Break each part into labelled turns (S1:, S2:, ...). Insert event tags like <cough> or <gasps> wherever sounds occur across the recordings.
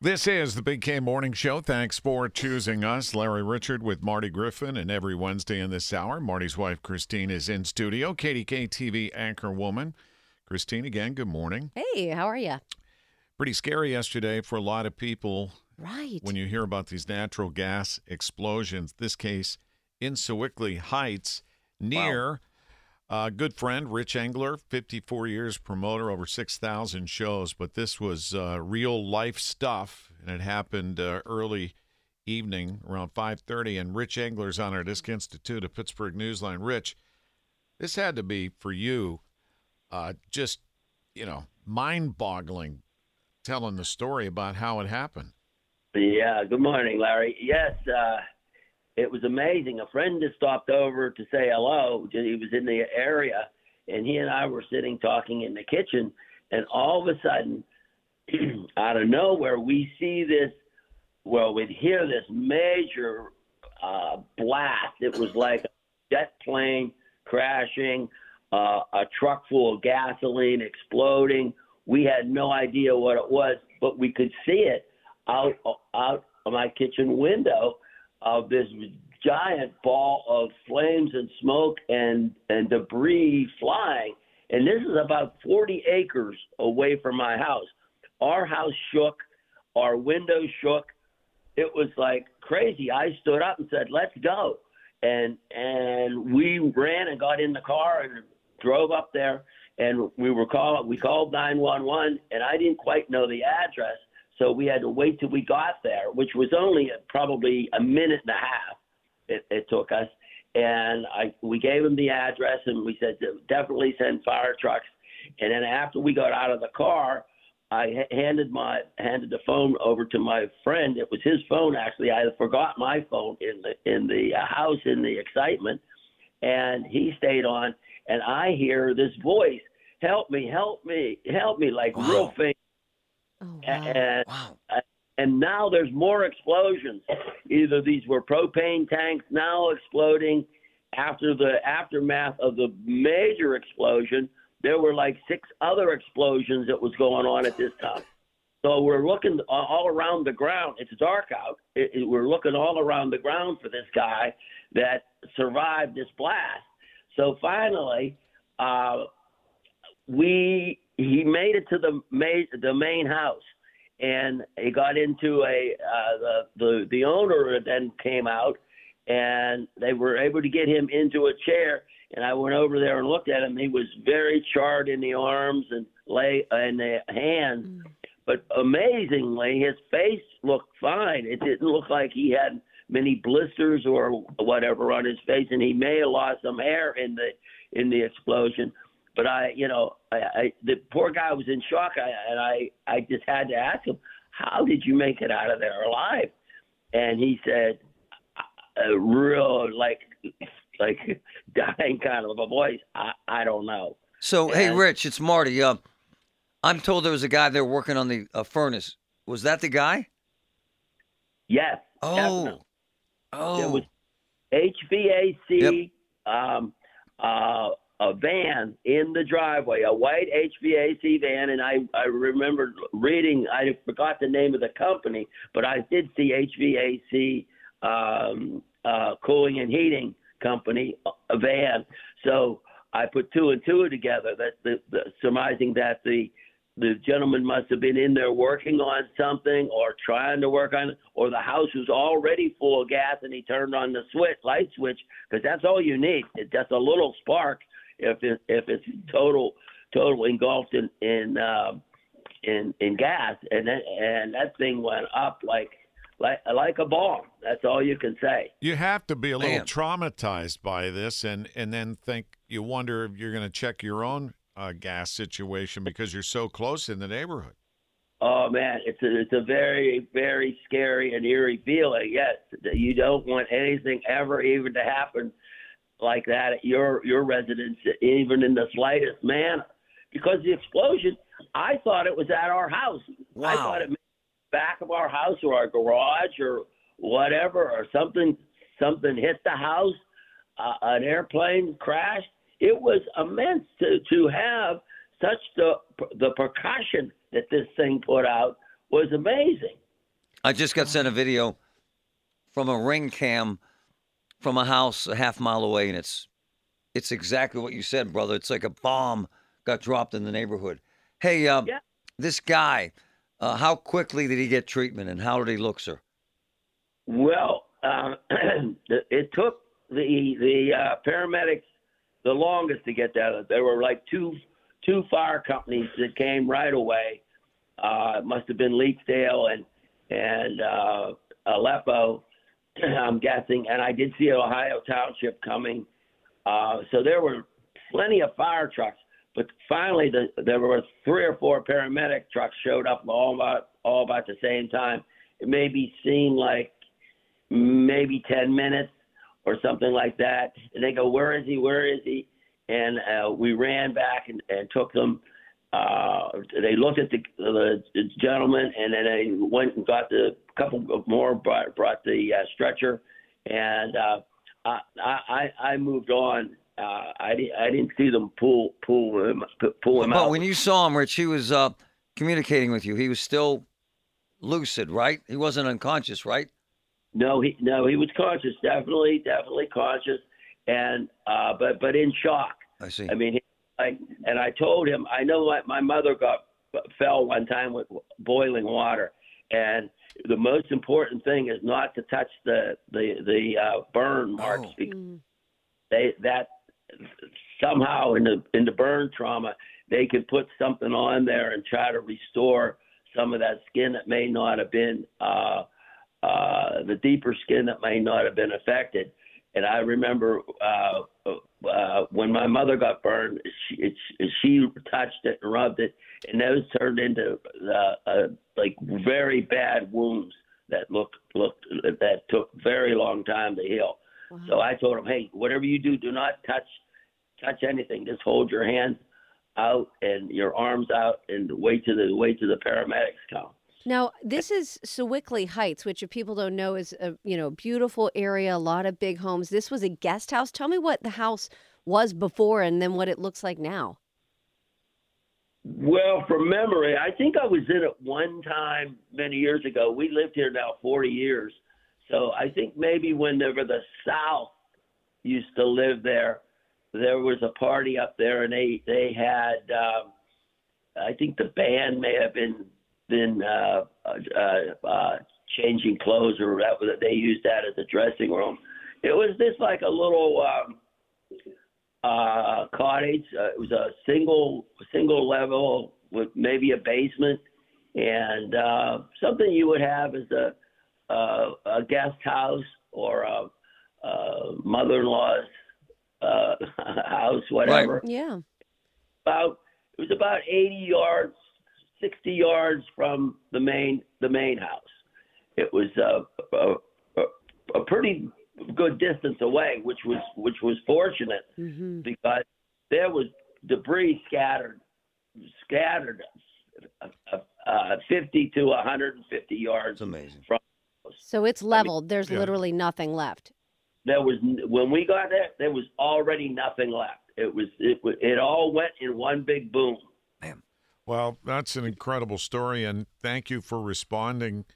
S1: This is the Big K Morning Show. Thanks for choosing us. Larry Richard with Marty Griffin, and every Wednesday in this hour, Marty's wife Christine is in studio. KDK TV anchor woman, Christine. Again, good morning.
S2: Hey, how are you?
S1: Pretty scary yesterday for a lot of people
S2: Right.
S1: when you hear about these natural gas explosions. This case in Sewickley Heights, near a good friend, Rich Engler, 54 years promoter, over 6,000 shows. But this was uh, real life stuff, and it happened uh, early evening around 5:30. And Rich Engler's on our Disc Institute of Pittsburgh Newsline. Rich, this had to be for you, uh, just you know, mind-boggling. Telling the story about how it happened.
S3: Yeah, good morning, Larry. Yes, uh, it was amazing. A friend just stopped over to say hello. He was in the area, and he and I were sitting talking in the kitchen, and all of a sudden, <clears throat> out of nowhere, we see this. Well, we'd hear this major uh, blast. It was like a jet plane crashing, uh, a truck full of gasoline exploding. We had no idea what it was, but we could see it out out of my kitchen window of this giant ball of flames and smoke and and debris flying. And this is about 40 acres away from my house. Our house shook, our windows shook. It was like crazy. I stood up and said, "Let's go." And and we ran and got in the car and drove up there and we were called we called 911 and I didn't quite know the address. So we had to wait till we got there, which was only a, probably a minute and a half it, it took us. And I, we gave them the address and we said, definitely send fire trucks. And then after we got out of the car, I ha- handed my handed the phone over to my friend. It was his phone actually. I forgot my phone in the in the uh, house in the excitement, and he stayed on. And I hear this voice, "Help me! Help me! Help me!" Like real faint.
S2: Oh, wow.
S3: A- And, uh, and now there's more explosions. Either these were propane tanks now exploding after the aftermath of the major explosion. There were like six other explosions that was going on at this time. So we're looking a- all around the ground. It's dark out. It, it- we're looking all around the ground for this guy that survived this blast. So finally, uh, we he made it to the main the main house, and he got into a uh, the the the owner then came out, and they were able to get him into a chair. And I went over there and looked at him. He was very charred in the arms and lay and the hands,
S2: Mm-hmm.
S3: but amazingly, his face looked fine. It didn't look like he had many blisters or whatever on his face, and he may have lost some hair in the in the explosion. But I, you know, I, I the poor guy was in shock, I, and I I just had to ask him, "How did you make it out of there alive?" And he said, a real like like <laughs> dying kind of a voice, "I I don't know."
S4: So, hey,
S3: And-
S4: Rich, it's Marty. Um, I'm told there was a guy there working on the uh, furnace. Was that the guy?
S3: Yes.
S4: Oh,
S3: definitely. There
S4: oh,
S3: was HVAC
S4: Yep.
S3: um, uh, a van in the driveway, a white HVAC van, and I I remember reading. I forgot the name of the company, but I did see HVAC um, uh, cooling and heating company a van. So I put two and two together. That the, the surmising that the the gentleman must have been in there working on something or trying to work on or the house was already full of gas and he turned on the switch light switch because that's all you need it's just a little spark if it, if it's total total engulfed in in um in in gas and that, and that thing went up like like like a bomb that's all you can say
S1: You have to be a little
S4: Man.
S1: traumatized by this, and and then think you wonder if you're going to check your own uh, gas situation because you're so close in the neighborhood.
S3: Oh man, it's a it's a very very scary and eerie feeling. Yes, that you don't want anything ever even to happen like that at your your residence, even in the slightest manner, because the explosion. I thought it was at our house. I
S4: Wow.
S3: thought it may be back of our house or our garage or whatever or something something hit the house. Uh, an airplane crashed. It was immense to to have such the the percussion that this thing put out was amazing.
S4: I just got sent a video from a ring cam from a house a half mile away, and it's it's exactly what you said, brother. It's like a bomb got dropped in the neighborhood. Hey, um,
S3: Yeah.
S4: this guy, uh, how quickly did he get treatment, and how did he look, sir?
S3: Well, um, <clears throat> it took the the uh, paramedics the longest to get that. There were like two two fire companies that came right away. Uh, it must have been Leaksdale and and uh, Aleppo, <clears throat> I'm guessing. And I did see Ohio Township coming, uh, so there were plenty of fire trucks. But finally, the, there were three or four paramedic trucks showed up all about all about the same time. It maybe seemed like maybe 10 minutes or something like that. And they go, Where is he? Where is he? And uh, we ran back and, and took them. Uh, they looked at the, the gentleman and then they went and got the couple of more, brought, brought the uh, stretcher. And uh, I, I, I moved on. Uh, I, di- I didn't see them pull pull him pull him
S4: But
S3: out.
S4: when you saw him, Rich, he was uh, communicating with you. He was still lucid, right? He wasn't unconscious, right?
S3: No, he no, he was conscious, definitely, definitely conscious, and uh, but but in shock.
S4: I see.
S3: I mean, he- like, and I told him, I know my, my mother got fell one time with boiling water, and the most important thing is not to touch the the the uh, burn marks
S4: Oh.
S3: because
S2: Mm.
S3: they that somehow in the in the burn trauma they can put something on there and try to restore some of that skin that may not have been uh, uh, the deeper skin that may not have been affected. And I remember uh, uh, when my mother got burned, she, it, she touched it and rubbed it, and those turned into uh, uh, like very bad wounds that looked looked that took very long time to heal.
S2: Wow.
S3: So I told him, hey, whatever you do, do not touch touch anything. Just hold your hands out and your arms out and wait till the wait till the paramedics come.
S2: Now, this is Sewickley Heights, which if people don't know is a, you know, beautiful area, a lot of big homes. This was a guest house. Tell me what the house was before and then what it looks like now.
S3: Well, from memory, I think I was in it one time many years ago. We lived here now 40 years. So I think maybe whenever the South used to live there, there was a party up there and they, they had, um, I think the band may have been, been, uh, uh, uh, changing clothes or that was, they used that as a dressing room. It was just like a little, um, uh, cottage. Uh, it was a single single level with maybe a basement and uh, something you would have as a uh, a guest house or a, a mother-in-law's uh, <laughs> house, whatever.
S2: Yeah.
S3: About it was about 80 yards, 60 yards from the main the main house. It was a a, a, a pretty good distance away, which was which was fortunate
S2: hmm
S3: because there was debris scattered, scattered uh, uh, uh, 50 to 150 yards.
S4: It's amazing.
S2: So it's leveled. There's
S1: yeah.
S2: literally nothing left.
S3: There was n- when we got there, there was already nothing left. It was it wa- it all went in one big boom.
S1: Well, that's an incredible story, and thank you for responding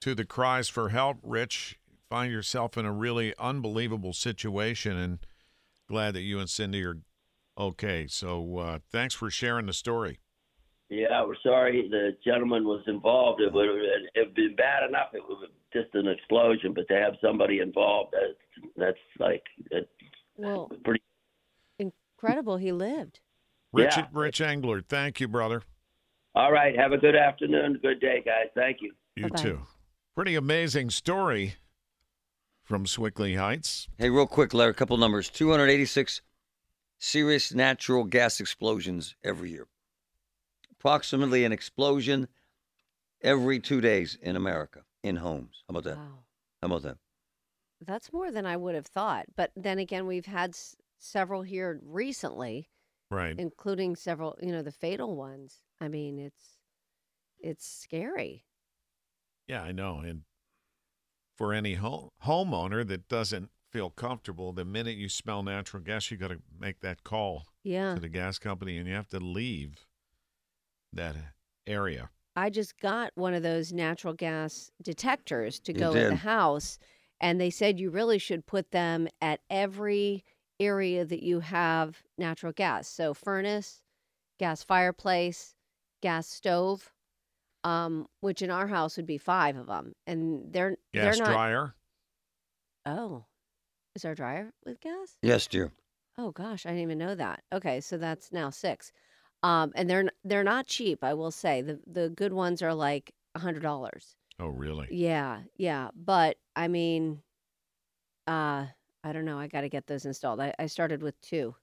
S1: to the cries for help, Rich. Find yourself in a really unbelievable situation, and glad that you and Cindy are okay. So, uh, thanks for sharing the story.
S3: Yeah, we're sorry the gentleman was involved. It would it would been bad enough. It was just an explosion, but to have somebody involved, that's, that's like that's
S2: Well,
S3: pretty.
S2: incredible he lived.
S1: Rich,
S3: Yeah.
S1: Rich Angler, thank you, brother.
S3: All right, have a good afternoon, good day, guys. Thank you.
S1: You
S2: Bye-bye.
S1: too. Pretty amazing story from Swickley Heights.
S4: Hey, real quick, Larry, a couple numbers 286 serious natural gas explosions every year. Approximately an explosion every two days in America in homes. How about that? How
S2: Wow.
S4: about that?
S2: That's more than I would have thought. But then again, we've had s- several here recently,
S1: Right.
S2: including several, you know, the fatal ones. I mean, it's it's scary.
S1: Yeah, I know. And for any home, homeowner that doesn't feel comfortable, the minute you smell natural gas, you got to make that call
S2: Yeah.
S1: to the gas company and you have to leave that area.
S2: I just got one of those natural gas detectors to
S4: You
S2: go in
S4: did.
S2: the house, and they said you really should put them at every area that you have natural gas. So furnace, gas fireplace, gas stove, um, which in our house would be five of them, and they're
S1: Gas
S2: they're not.
S1: dryer.
S2: Oh, is our dryer with gas?
S4: Yes, dear.
S2: Oh gosh, I didn't even know that. Okay, so that's now six, um, and they're n- they're not cheap. I will say the the good ones are like a hundred dollars.
S1: Oh, really?
S2: Yeah, yeah, but I mean, uh, I don't know. I got to get those installed. I, I started with two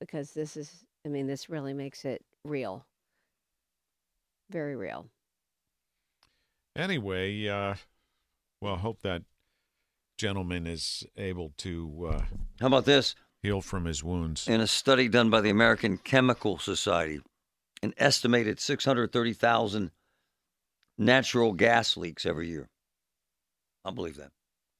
S2: because this is. I mean, this really makes it real, very real.
S1: Anyway, uh, well, hope that gentleman is able to uh,
S4: How about this?
S1: heal from his wounds.
S4: In a study done by the American Chemical Society, an estimated 630,000 natural gas leaks every year. I believe that.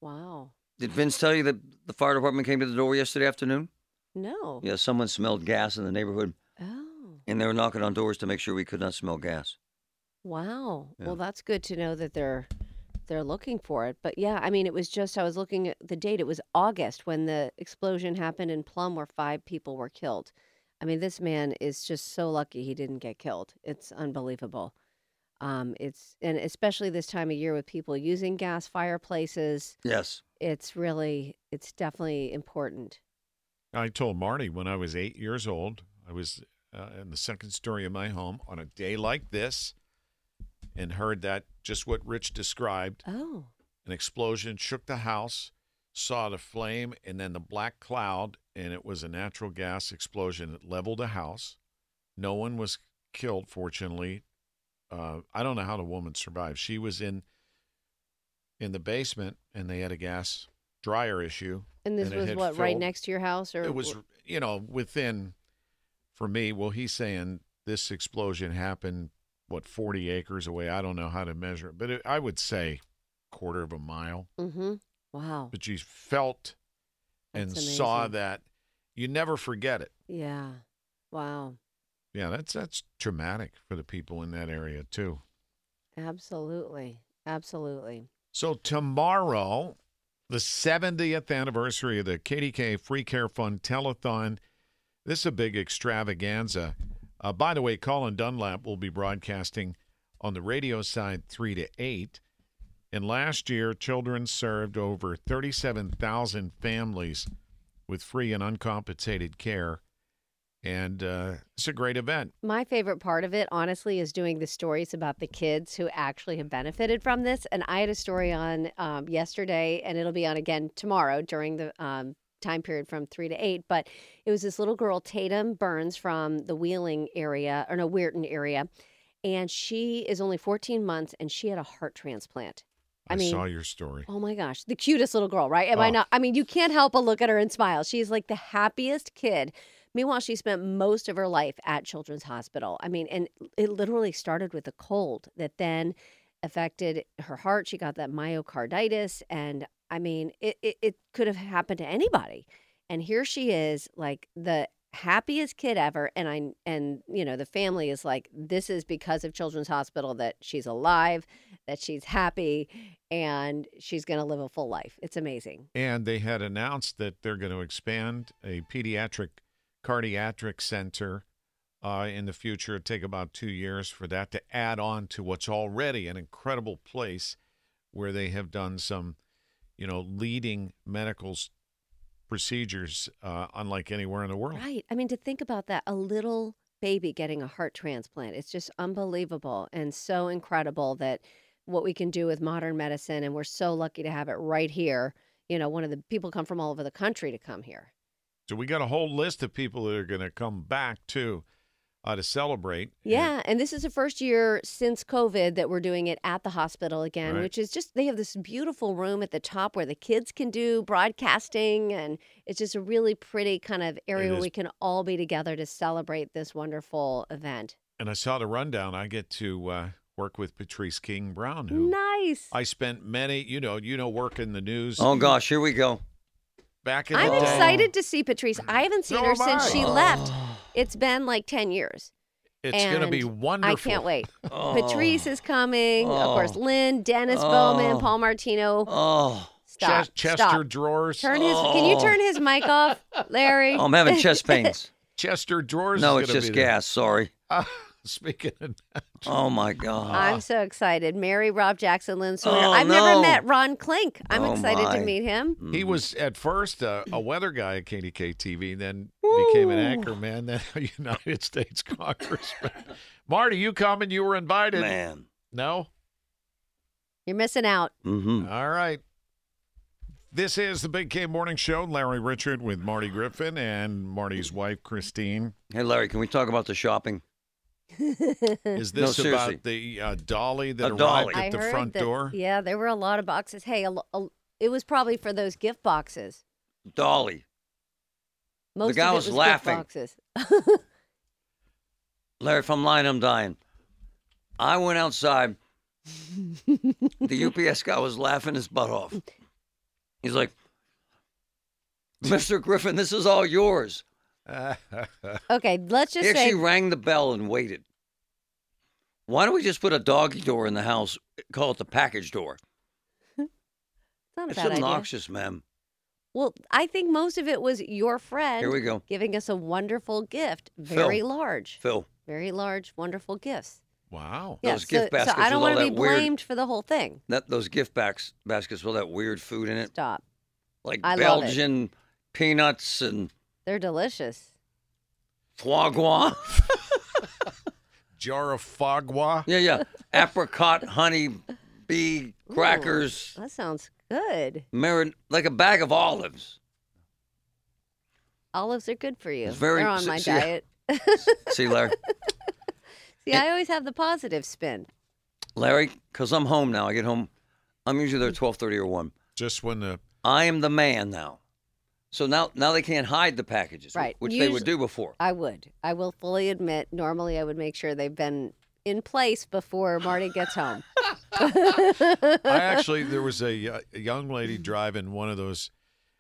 S2: Wow.
S4: Did Vince tell you that the fire department came to the door yesterday afternoon?
S2: No.
S4: Yeah, someone smelled gas in the neighborhood,
S2: Oh.
S4: and they were knocking on doors to make sure we could not smell gas.
S2: Wow.
S4: Yeah.
S2: Well, that's good to know that they're they're looking for it. But yeah, I mean, it was just I was looking at the date. It was August when the explosion happened in Plum, where five people were killed. I mean, this man is just so lucky he didn't get killed. It's unbelievable. Um, it's and especially this time of year with people using gas fireplaces,
S4: Yes.
S2: it's really it's definitely important.
S1: I told Marty when I was eight years old, I was uh, in the second story of my home on a day like this and heard that just what Rich described
S2: Oh,
S1: an explosion shook the house, saw the flame, and then the black cloud, and it was a natural gas explosion that leveled a house. No one was killed, fortunately. Uh, I don't know how the woman survived. She was in in the basement, and they had a gas dryer issue.
S2: and this
S1: And it
S2: was
S1: had
S2: what right
S1: filled-
S2: next to your house, or
S1: It was, you know, within for me. Well, he's saying this explosion happened what 40 acres away. I don't know how to measure it, but it, I would say quarter of a mile.
S2: Mm-hmm. Wow.
S1: but you felt and
S2: That's
S1: saw
S2: amazing.
S1: that you never forget it
S2: Yeah. Wow.
S1: yeah that's that's traumatic for the people in that area too
S2: Absolutely. Absolutely.
S1: so tomorrow the 70th anniversary of the kdk free care fund telethon this is a big extravaganza uh, by the way colin dunlap will be broadcasting on the radio side 3 to 8 and last year children served over 37000 families with free and uncompensated care and uh, it's a great event
S2: My favorite part of it, honestly, is doing the stories about the kids who actually have benefited from this. And I had a story on um, yesterday, and it'll be on again tomorrow during the um, time period from three to eight. But it was this little girl, Tatum Burns, from the Wheeling area, or no, Weirton area. And she is only 14 months, and she had a heart transplant.
S1: I,
S2: I mean,
S1: saw your story.
S2: Oh my gosh, the cutest little girl, right? Am
S1: Oh.
S2: I not? I mean, you can't help but look at her and smile. She's like the happiest kid. Meanwhile, she spent most of her life at Children's Hospital. I mean, and it literally started with a cold that then affected her heart. She got that myocarditis, and I mean, it it, it could have happened to anybody. And here she is, like the happiest kid ever and i and you know the family is like this is because of children's hospital that she's alive that she's happy and she's going to live a full life it's amazing
S1: And they had announced that they're going to expand a pediatric cardiac center uh, in the future. It'll take about two years for that to add on to what's already an incredible place where they have done some, you know, leading medical s- procedures uh, unlike anywhere in the world.
S2: right i mean to think about that a little baby getting a heart transplant it's just unbelievable and so incredible that what we can do with modern medicine and we're so lucky to have it right here you know one of the people come from all over the country to come here
S1: So we got a whole list of people that are going to come back too uh, to celebrate.
S2: Yeah, and this is the first year since COVID that we're doing it at the hospital again,
S1: Right.
S2: which is just they have this beautiful room at the top where the kids can do broadcasting and it's just a really pretty kind of area where
S1: is.
S2: we can all be together to celebrate this wonderful event.
S1: And I saw the rundown. I get to uh, work with Patrice King Brown, who
S2: Nice.
S1: I spent many, you know, you know, work in the news
S4: Oh, gosh, here we go.
S1: back in
S2: I'm
S1: the day.
S2: excited to see Patrice. I haven't seen
S1: So
S2: her
S1: am
S2: since
S1: I.
S2: she left. It's been like 10 years.
S1: It's going to be
S2: And
S1: wonderful.
S2: I can't wait.
S4: Oh.
S2: Patrice is coming. Of course,
S4: Oh.
S2: Lynn, Dennis
S4: Oh.
S2: Bowman, Paul Martino.
S4: Oh,
S1: Ches-
S2: Stop.
S1: Chester
S2: Stop.
S1: drawers.
S2: Turn his. Can you
S4: Oh.
S2: turn his mic off, Larry?
S4: I'm having
S1: <laughs>
S4: chest pains.
S1: Chester drawers.
S4: No,
S1: is
S4: it's
S1: gonna
S4: just
S1: be there.
S4: gas. Sorry.
S1: Ah, speaking of
S4: Oh my God.
S2: I'm so excited. Mary, Rob Jackson, Lynn Sawyer.
S4: Oh,
S2: I've
S4: no.
S2: never met Ron Klink. I'm
S4: Oh,
S2: excited
S4: my.
S2: to meet
S1: He
S2: him.
S4: Mm-hmm. Mm,
S1: was at first a, a weather guy at KDK TV, then became an anchor man, then <laughs> a United States congressman. <laughs> Marty, you coming? You were invited.
S4: man.
S1: No?
S2: You're missing out. <laughs>
S4: Mm-hmm.
S1: All right. This is the Big K Morning Show. Larry Richard with Marty Griffin and Marty's wife, Christine.
S4: Hey, Larry, can we talk about the shopping?
S1: Is
S4: No,
S1: this
S4: seriously.
S1: about the uh, dolly that
S4: A
S1: arrived
S4: dolly.
S1: at
S2: I
S1: the
S2: heard
S1: front
S2: that-
S1: door?
S2: Yeah, there were a lot of boxes. Hey, a, lo- a, it was probably for those gift boxes.
S4: Dolly.
S2: Most
S4: guy
S2: of it
S4: was
S2: gift
S4: laughing.
S2: boxes. <laughs>
S4: Larry, if I'm lying, I'm dying. I
S2: <laughs>
S4: went outside. the UPS guy was laughing his butt off. He's like, Mr. Griffin, this is all yours.
S2: okay, let's just
S4: He actually
S2: say
S4: rang the bell and waited. Why don't we just put a doggy door in the house, call it the package door?
S2: it's not a
S4: It's
S2: bad idea.
S4: obnoxious, ma'am.
S2: Well, I think most of it was your friend
S4: Here we go.
S2: giving us a wonderful gift. Very large,
S4: Phil,
S2: very large, wonderful gifts.
S1: <laughs> wow.
S2: Yeah,
S4: Those
S2: so,
S4: gift
S2: so
S4: baskets
S2: I don't
S4: with all
S2: want to be
S4: that weird-
S2: blamed for the whole thing.
S4: that those gift backs, baskets with all that weird food in it,
S2: Stop.
S4: like
S2: I love it.
S4: Belgian peanuts and
S2: They're delicious.
S4: foie gras. <laughs>
S1: Jar of fogwa.
S4: yeah, yeah. Apricot, honey, bee,
S2: Ooh,
S4: crackers,
S2: that sounds good.
S4: marin, like a bag
S2: <laughs>
S4: of olives.
S2: Olives are good for you.
S4: It's very-
S2: They're on my
S4: see- see-
S2: diet.
S4: See, Larry?
S2: See, I always have the positive spin.
S4: Larry, because I'm home now. I get home. I'm usually there 12.30 or 1.
S1: Just when
S2: <laughs>
S1: the
S4: I am the man now. So now now they can't hide the packages, wh-
S2: Right.
S4: which they would
S2: Usu-
S4: do before.
S2: I would. I will fully admit. Normally, I would make sure they've been in place before Marty gets home. <laughs>
S1: I actually there was a, y- a young lady driving one of those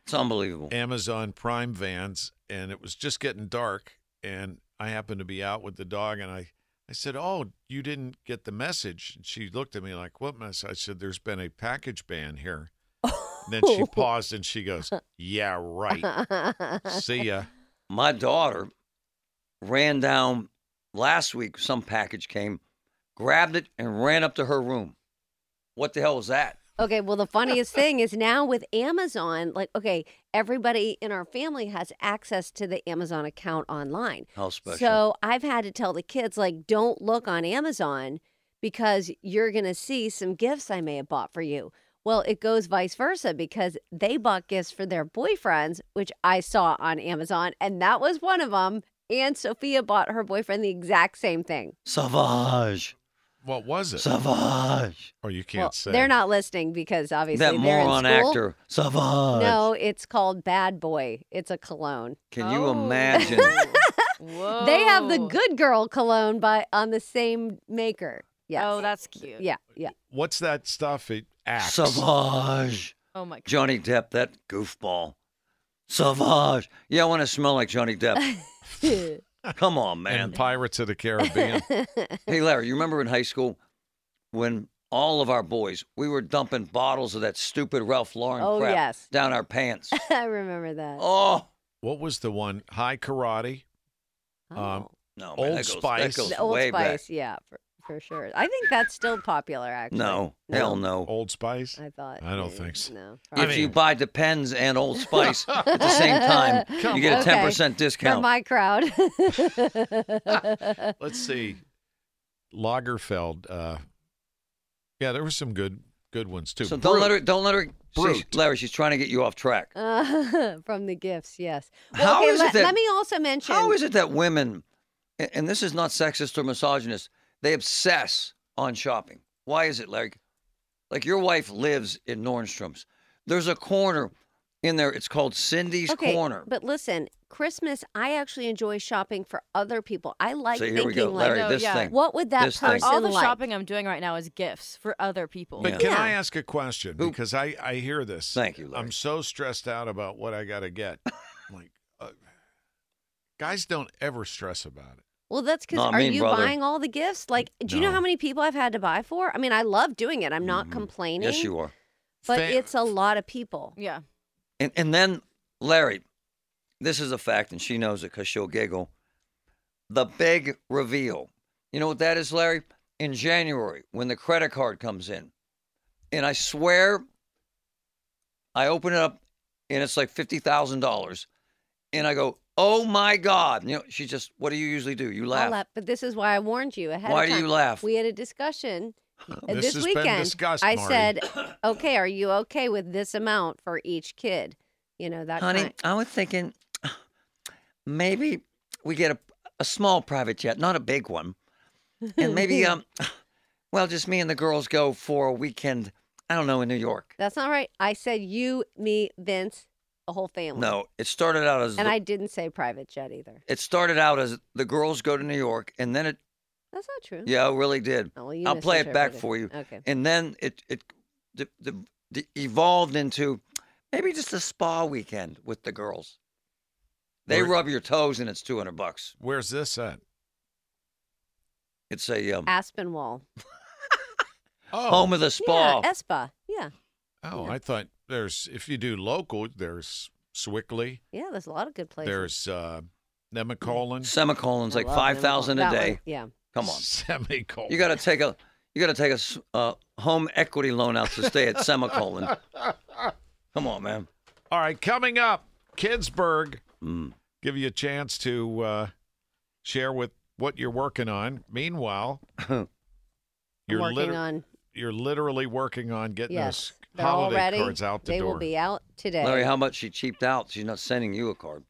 S4: It's unbelievable.
S1: Amazon Prime vans, and it was just getting dark, and I happened to be out with the dog, and I I said, "Oh, you didn't get the message?" And she looked at me like, "What message?" I said, "There's been a package ban here." And then
S2: <laughs>
S1: she paused and she goes, "Yeah, right. See ya."
S4: My daughter ran down last week. Some package came, grabbed it, and ran up to her room. What the hell was that?
S2: Okay, well, the funniest thing is now with Amazon, like, okay, everybody in our family has access to the Amazon account online.
S4: How special.
S2: So I've had to tell the kids, like, don't look on Amazon because you're going to see some gifts I may have bought for you. Well, it goes vice versa because they bought gifts for their boyfriends, which I saw on Amazon, and that was one of them. And Sophia bought her boyfriend the exact same thing.
S4: Savage.
S1: What was it?
S4: Savage.
S1: Oh, you can't
S2: Well,
S1: say.
S2: they're not listening because obviously
S4: that
S2: they're
S4: moron
S2: in school.
S4: actor. Savage.
S2: No, it's called Bad Boy. It's a cologne.
S4: Can you
S5: Oh. <laughs>
S4: imagine?
S1: <laughs>
S5: Whoa.
S2: They have
S5: Oh.
S2: the good girl cologne by on the same maker. Yes.
S5: Oh, that's cute.
S2: yeah, yeah.
S1: What's that stuff? It acts.
S4: Savage.
S5: Oh my god.
S4: Johnny Depp, that goofball. Savage. Yeah, I want to smell like Johnny Depp.
S2: <laughs>
S4: Come on, man.
S1: And Pirates of the
S4: <laughs>
S1: Caribbean.
S4: Hey, Larry, you remember in high school when all of our boys, we were dumping bottles of that stupid Ralph Lauren
S2: Oh,
S4: crap
S2: yes.
S4: down
S2: <laughs>
S4: our pants.
S2: I remember that.
S4: oh,
S1: what was the one? High karate. um,
S4: no. Man,
S1: Old
S4: that goes,
S1: Spice.
S4: That goes
S2: Oh. the Old
S4: way
S2: Spice, yeah, for, for sure. I think that's still popular
S4: back.
S2: actually.
S4: No, hell no.
S1: Old Spice.
S2: I thought.
S1: I don't
S2: mm,
S1: think so.
S2: No.
S4: if
S2: probably
S4: you
S2: not.
S4: buy Depends
S2: <laughs>
S4: and Old Spice at the same time,
S1: Come
S4: you get a
S2: Oh, Okay.
S4: 10%
S2: For
S4: discount.
S2: my
S4: <laughs>
S2: crowd. <laughs>
S1: Let's see. Lagerfeld. Uh, yeah, there were some good good ones too.
S4: so don't let her, don't let her, she's-
S1: Brute.
S4: Larry, she's trying to get you off track.
S2: Uh, from the gifts, yes.
S4: How
S2: okay,
S4: is it
S2: let,
S4: that-
S2: let me also mention
S4: How is it that women, a- and this is not sexist or misogynist, they obsess on shopping? Why is it, Larry? Like your wife lives in Nordstrom's. There's a corner in there. It's called Cindy's Corner.
S2: But listen, Christmas, I actually enjoy shopping for other people. I like
S4: so here
S2: thinking
S4: we go,
S2: like, oh,
S4: Larry.
S5: No,
S4: this
S5: yeah.
S4: thing.
S2: what would that
S4: This thing.
S2: person
S5: All the
S2: like?
S5: shopping I'm doing right now is gifts for other people.
S1: but
S4: Yeah.
S1: can
S2: Yeah.
S1: I ask a question?
S4: Who-
S1: Because I I hear this.
S4: Thank you, Larry.
S1: I'm so stressed out
S4: <laughs>
S1: about what I got to get. like, uh, guys don't ever stress about it.
S2: Well, that's because
S4: Not
S2: are
S4: me,
S2: you
S4: brother.
S2: buying all the gifts? Like, do you
S1: No.
S2: know how many people I've had to buy for? I mean, I love doing it. I'm not
S4: Mhm.
S2: complaining.
S4: Yes, you are.
S2: But
S1: Fa-
S2: it's a lot of people.
S5: Yeah.
S4: And and then Larry, this is a fact, and she knows it because she'll giggle. The big reveal. You know what that is, Larry? In January, when the credit card comes in, and I swear, I open it up, and it's like fifty thousand dollars, and I go, "Oh my God!" You know, she just, "What do you usually do? You
S2: I'll
S4: laugh.
S2: laugh, But this is why I warned you ahead.
S4: Why
S2: of
S4: do
S2: time.
S4: you laugh?"
S2: We had a discussion uh,
S1: This
S2: this,
S1: has been
S2: weekend.
S1: discussed,
S2: I
S1: Marty.
S2: said,
S1: <coughs>
S2: "Okay, are you okay with this amount for each kid?" You know that.
S4: Honey,
S2: kind-
S4: I was thinking maybe we get a, a small private jet, not a big one.
S2: <laughs>
S4: And maybe um well, just me and the girls go for a weekend, I don't know, in New York.
S2: That's not right. I said you, me, Vince, the whole family.
S4: No, it started out as
S2: And
S4: the-
S2: I didn't say private jet either.
S4: it started out as the girls go to New York and then it
S2: That's not true.
S4: yeah, it really did.
S2: Oh, well, you
S4: I'll play it back
S2: misinterpreted.
S4: for you.
S2: Okay.
S4: And then it it the, the, the evolved into maybe just a spa weekend with the girls. They
S1: Where-
S4: rub your toes and it's 200 bucks.
S1: Where's this at?
S4: It's a um,
S2: Aspenwall.
S1: Oh,
S4: home of the spa.
S2: Yeah, Espa. Yeah.
S1: oh, I thought there's if you do local, there's Swickley,
S2: Yeah, there's a lot of good places.
S1: there's uh, Nemacolin,
S4: semicolons
S2: I
S4: like
S2: love them
S4: five thousand
S2: all.
S4: a
S2: That
S4: day.
S2: one, Yeah.
S4: Come on,
S1: semicolon.
S4: you got to take a you got to take a s- uh, home equity loan out to stay at
S2: <laughs>
S4: semicolon. Come on, man.
S1: All right, coming up, Kidsburg.
S4: Mm.
S1: Give you a chance to uh, share with what you're working on.
S2: <laughs>
S1: Meanwhile,
S2: I'm
S1: you're
S2: working
S1: liter-
S2: on.
S1: you're literally working on getting
S2: Yes.
S1: those
S2: They're all
S1: holiday
S2: ready.
S1: cards out the
S2: they
S1: door.
S2: will be out today.
S4: Larry, how much she cheaped out? She's not sending you a card.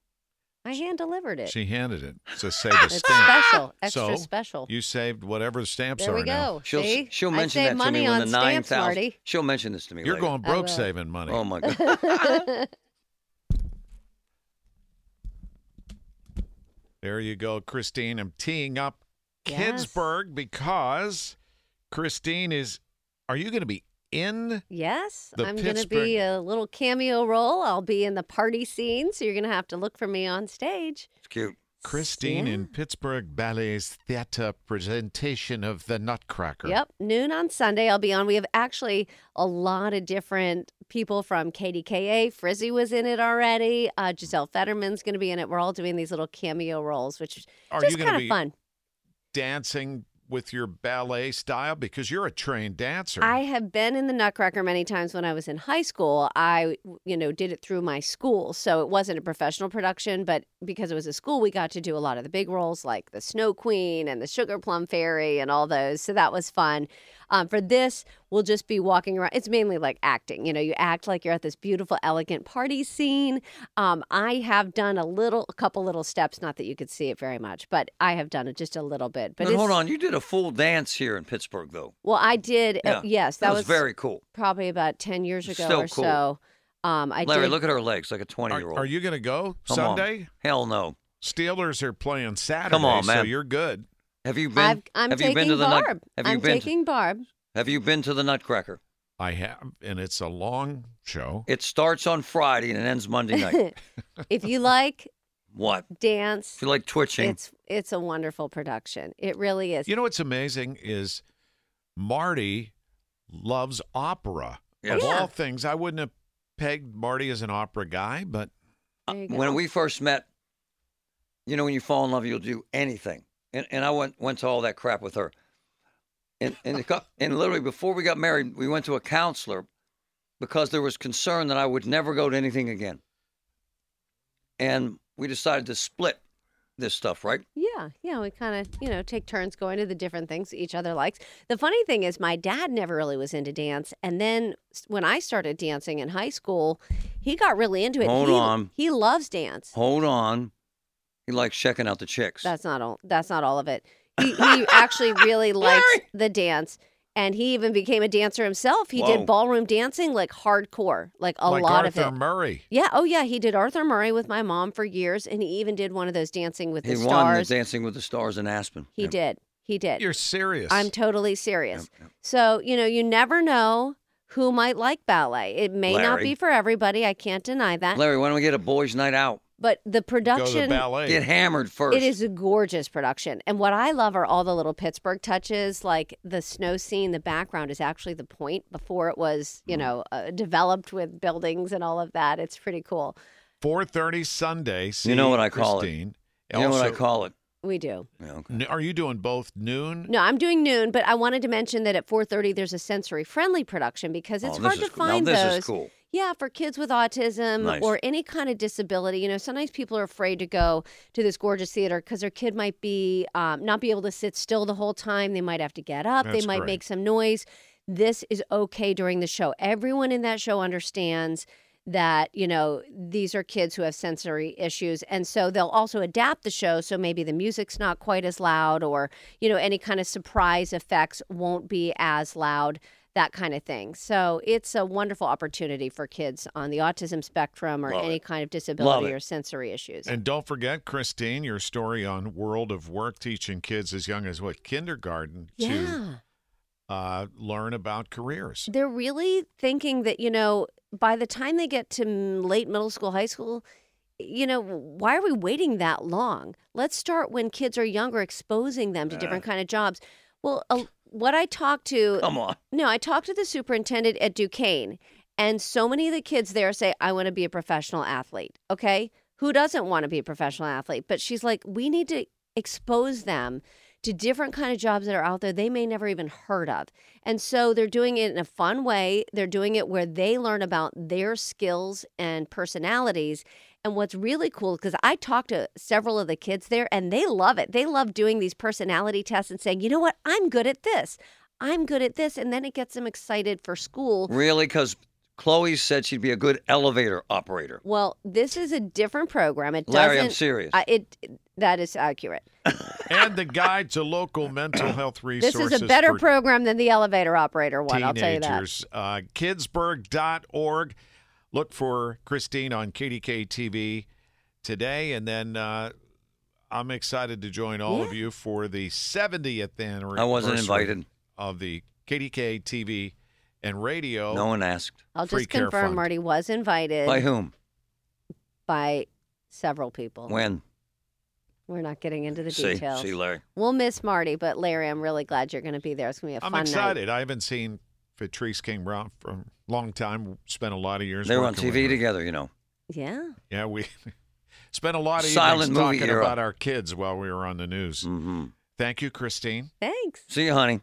S2: I hand delivered it.
S1: She handed it
S2: <laughs>
S1: to save a
S2: it's
S1: stamp.
S2: special,
S1: <gasps> So,
S2: extra special.
S1: You saved whatever the stamps
S2: there
S1: are
S2: we
S1: now.
S2: go.
S4: She'll
S2: Oh, See,
S4: she'll
S2: I
S4: mention
S2: save
S4: that to
S2: money
S4: me
S2: on
S4: when the nine
S2: stamps,
S4: thousand.
S2: Marty.
S4: She'll mention this to me.
S1: You're
S4: later.
S1: going broke
S2: will.
S1: saving money.
S2: <laughs>
S4: Oh my god.
S1: There you go, Christine. I'm teeing up
S2: Yes.
S1: Kidsburg because Christine is. Are you going to be in?
S2: Yes,
S1: The
S2: I'm going to
S1: Pittsburgh-
S2: be a little cameo role. I'll be in the party scene, so you're going to have to look for me on stage.
S4: It's cute.
S1: Christine
S2: Yeah.
S1: in Pittsburgh Ballet's theater presentation of The Nutcracker.
S2: Yep, noon on Sunday I'll be on. We have actually a lot of different people from KDKA. Frizzy was in it already. Uh, Giselle Fetterman's going to be in it. We're all doing these little cameo roles, which is
S1: Are
S2: just
S1: you going
S2: kind
S1: to
S2: of
S1: be
S2: fun.
S1: dancing with your ballet style because you're a trained dancer?
S2: I have been in the Nutcracker many times when I was in high school. I, you know, did it through my school. So it wasn't a professional production, but because it was a school, we got to do a lot of the big roles like the Snow Queen and the Sugar Plum Fairy and all those. So that was fun. Um, for this, we'll just be walking around. It's mainly like acting. You know, you act like you're at this beautiful, elegant party scene. Um, I have done a little, a couple little steps, not that you could see it very much, but I have done it just a little bit. But
S4: But hold
S2: it's-
S4: on, you did a full dance here in Pittsburgh though.
S2: Well, I did.
S4: Yeah.
S2: Uh, yes, that,
S4: was, very cool.
S2: probably about 10 years
S4: It's
S2: ago
S4: still
S2: or
S4: cool.
S2: so. Um, I
S4: Larry,
S2: did,
S4: look at her legs like a twenty
S1: Are,
S4: year old.
S1: are you going to go
S4: Come on.
S1: Sunday?
S4: Hell no.
S1: Steelers are playing Saturday,
S4: on,
S1: so
S4: man.
S1: you're good.
S4: Have you been?
S2: I've, I'm
S4: have
S2: taking
S4: you been to the
S2: Barb.
S4: nut, Have you
S2: I'm
S4: been? to-
S2: taking Barb.
S4: have you been to the Nutcracker?
S1: I have, and it's a long show.
S4: It starts on Friday and it ends Monday night.
S2: if you like
S4: what?
S2: dance,
S4: <laughs> If you like twitching,
S2: it's it's a wonderful production. It really is.
S1: You know what's amazing is Marty loves opera.
S4: Yes.
S1: Of
S4: Yeah.
S1: all things, I wouldn't have pegged Marty as an opera guy, but
S2: There you
S4: when
S2: go.
S4: we first met, you know, when you fall in love, you'll do anything. And and I went went to all that crap with her. And and it got, and literally before we got married, we went to a counselor because there was concern that I would never go to anything again. And we decided to split this stuff, right?
S2: Yeah, yeah, we kind of, you know, take turns going to the different things each other likes. The funny thing is, my dad never really was into dance. And then s- when I started dancing in high school, he got really into it.
S4: Hold
S2: he,
S4: on.
S2: he loves dance.
S4: Hold on. He likes checking out the chicks.
S2: That's not all. That's not all of it. He, he actually really likes the dance, and he even became a dancer himself. He
S4: Whoa.
S2: did ballroom dancing like hardcore, like a
S1: like
S2: lot
S1: Arthur
S2: of it.
S1: Murray.
S2: yeah. Oh yeah. He did Arthur Murray with my mom for years, and he even did one of those Dancing with
S4: he
S2: the
S4: won the
S2: Stars.
S4: Dancing with the Stars in Aspen.
S2: he
S4: Yeah.
S2: did. He did.
S1: You're serious.
S2: I'm totally serious.
S4: Yeah, yeah.
S2: So you know, you never know who might like ballet. It may not
S4: Larry.
S2: be for everybody. I can't deny that.
S4: Larry, why don't we get a boys' night out?
S2: But
S1: Go
S2: the
S1: to the
S2: production
S1: ballet.
S4: Get hammered first.
S2: It is a gorgeous production. And what I love are all the little Pittsburgh touches, like the snow scene, the background is actually the point before it was,
S4: Mm.
S2: you know, uh, developed with buildings and all of that. It's pretty cool.
S1: 4:30 Sunday. See
S4: know what I call it.
S1: Christine.
S4: You know what I
S1: Also-
S4: call it?
S2: We do.
S4: Yeah, okay.
S1: N- Are you doing both noon?
S2: No, I'm doing noon, but I wanted to mention that at 4:30 there's a sensory friendly production because it's
S4: oh,
S2: hard
S4: this
S2: to
S4: is cool.
S2: find
S4: now, this
S2: those.
S4: is cool.
S2: Yeah, for kids with autism
S4: Nice.
S2: or any kind of disability. You know, sometimes people are afraid to go to this gorgeous theater because their kid might be um, not be able to sit still the whole time. They might have to get up.
S1: That's
S2: they might
S1: great.
S2: make some noise. This is okay during the show. Everyone in that show understands that you know these are kids who have sensory issues and so they'll also adapt the show so maybe the music's not quite as loud or you know any kind of surprise effects won't be as loud that kind of thing so it's a wonderful opportunity for kids on the autism spectrum or
S4: Love
S2: any
S4: it.
S2: kind of disability
S4: it.
S2: or sensory issues
S1: And don't forget, Christine, your story on World of Work teaching kids as young as what kindergarten to
S2: yeah
S1: uh, learn about careers.
S2: they're really thinking that you know by the time they get to m- late middle school high school you know why are we waiting that long let's start when kids are younger exposing them to different kind of jobs well a, what i talked to
S4: Come on.
S2: no i talked to the superintendent at duquesne and so many of the kids there say i want to be a professional athlete okay who doesn't want to be a professional athlete but she's like we need to expose them to different kind of jobs that are out there they may never even heard of and so they're doing it in a fun way. They're doing it where they learn about their skills and personalities. And what's really cool, because I talked to several of the kids there and they love it. They love doing these personality tests and saying, you know what, I'm good at this. I'm good at this. And then it gets them excited for school.
S4: Really? Because Chloe said she'd be a good elevator operator.
S2: Well, this is a different program. It
S4: Larry, I'm
S2: doesn't.
S4: serious.
S2: I- it that is accurate.
S1: and the guide to local mental health
S2: This
S1: resources.
S2: is a better
S1: for
S2: program than the elevator operator one. I'll tell you that.
S1: teenagers. Uh, Kidsburg.org. Look for Christine on KDK TV today. And then uh, I'm excited to join all of you for the 70th anniversary.
S4: I wasn't invited.
S1: Of the KDK TV and radio.
S4: No one asked.
S2: I'll
S1: Free
S2: just
S1: care
S2: confirm
S1: fund.
S2: Marty was invited
S4: By whom?
S2: by several people.
S4: When?
S2: We're not getting into the
S4: See,
S2: details.
S4: see, Larry.
S2: We'll miss Marty, but Larry, I'm really glad you're going to be there. It's going to be a
S1: I'm
S2: fun
S1: excited. I haven't seen Patrice King Brown for a long time. Spent a lot of years.
S4: They were on
S1: working with
S4: TV
S1: her.
S4: together, you know.
S2: night. Yeah.
S1: Yeah, we <laughs> spent a lot of
S4: Silent
S1: evenings
S4: movie
S1: talking
S4: era.
S1: about our kids while we were on the news.
S4: hmm
S1: Thank you, Christine.
S2: Thanks.
S4: See you, honey.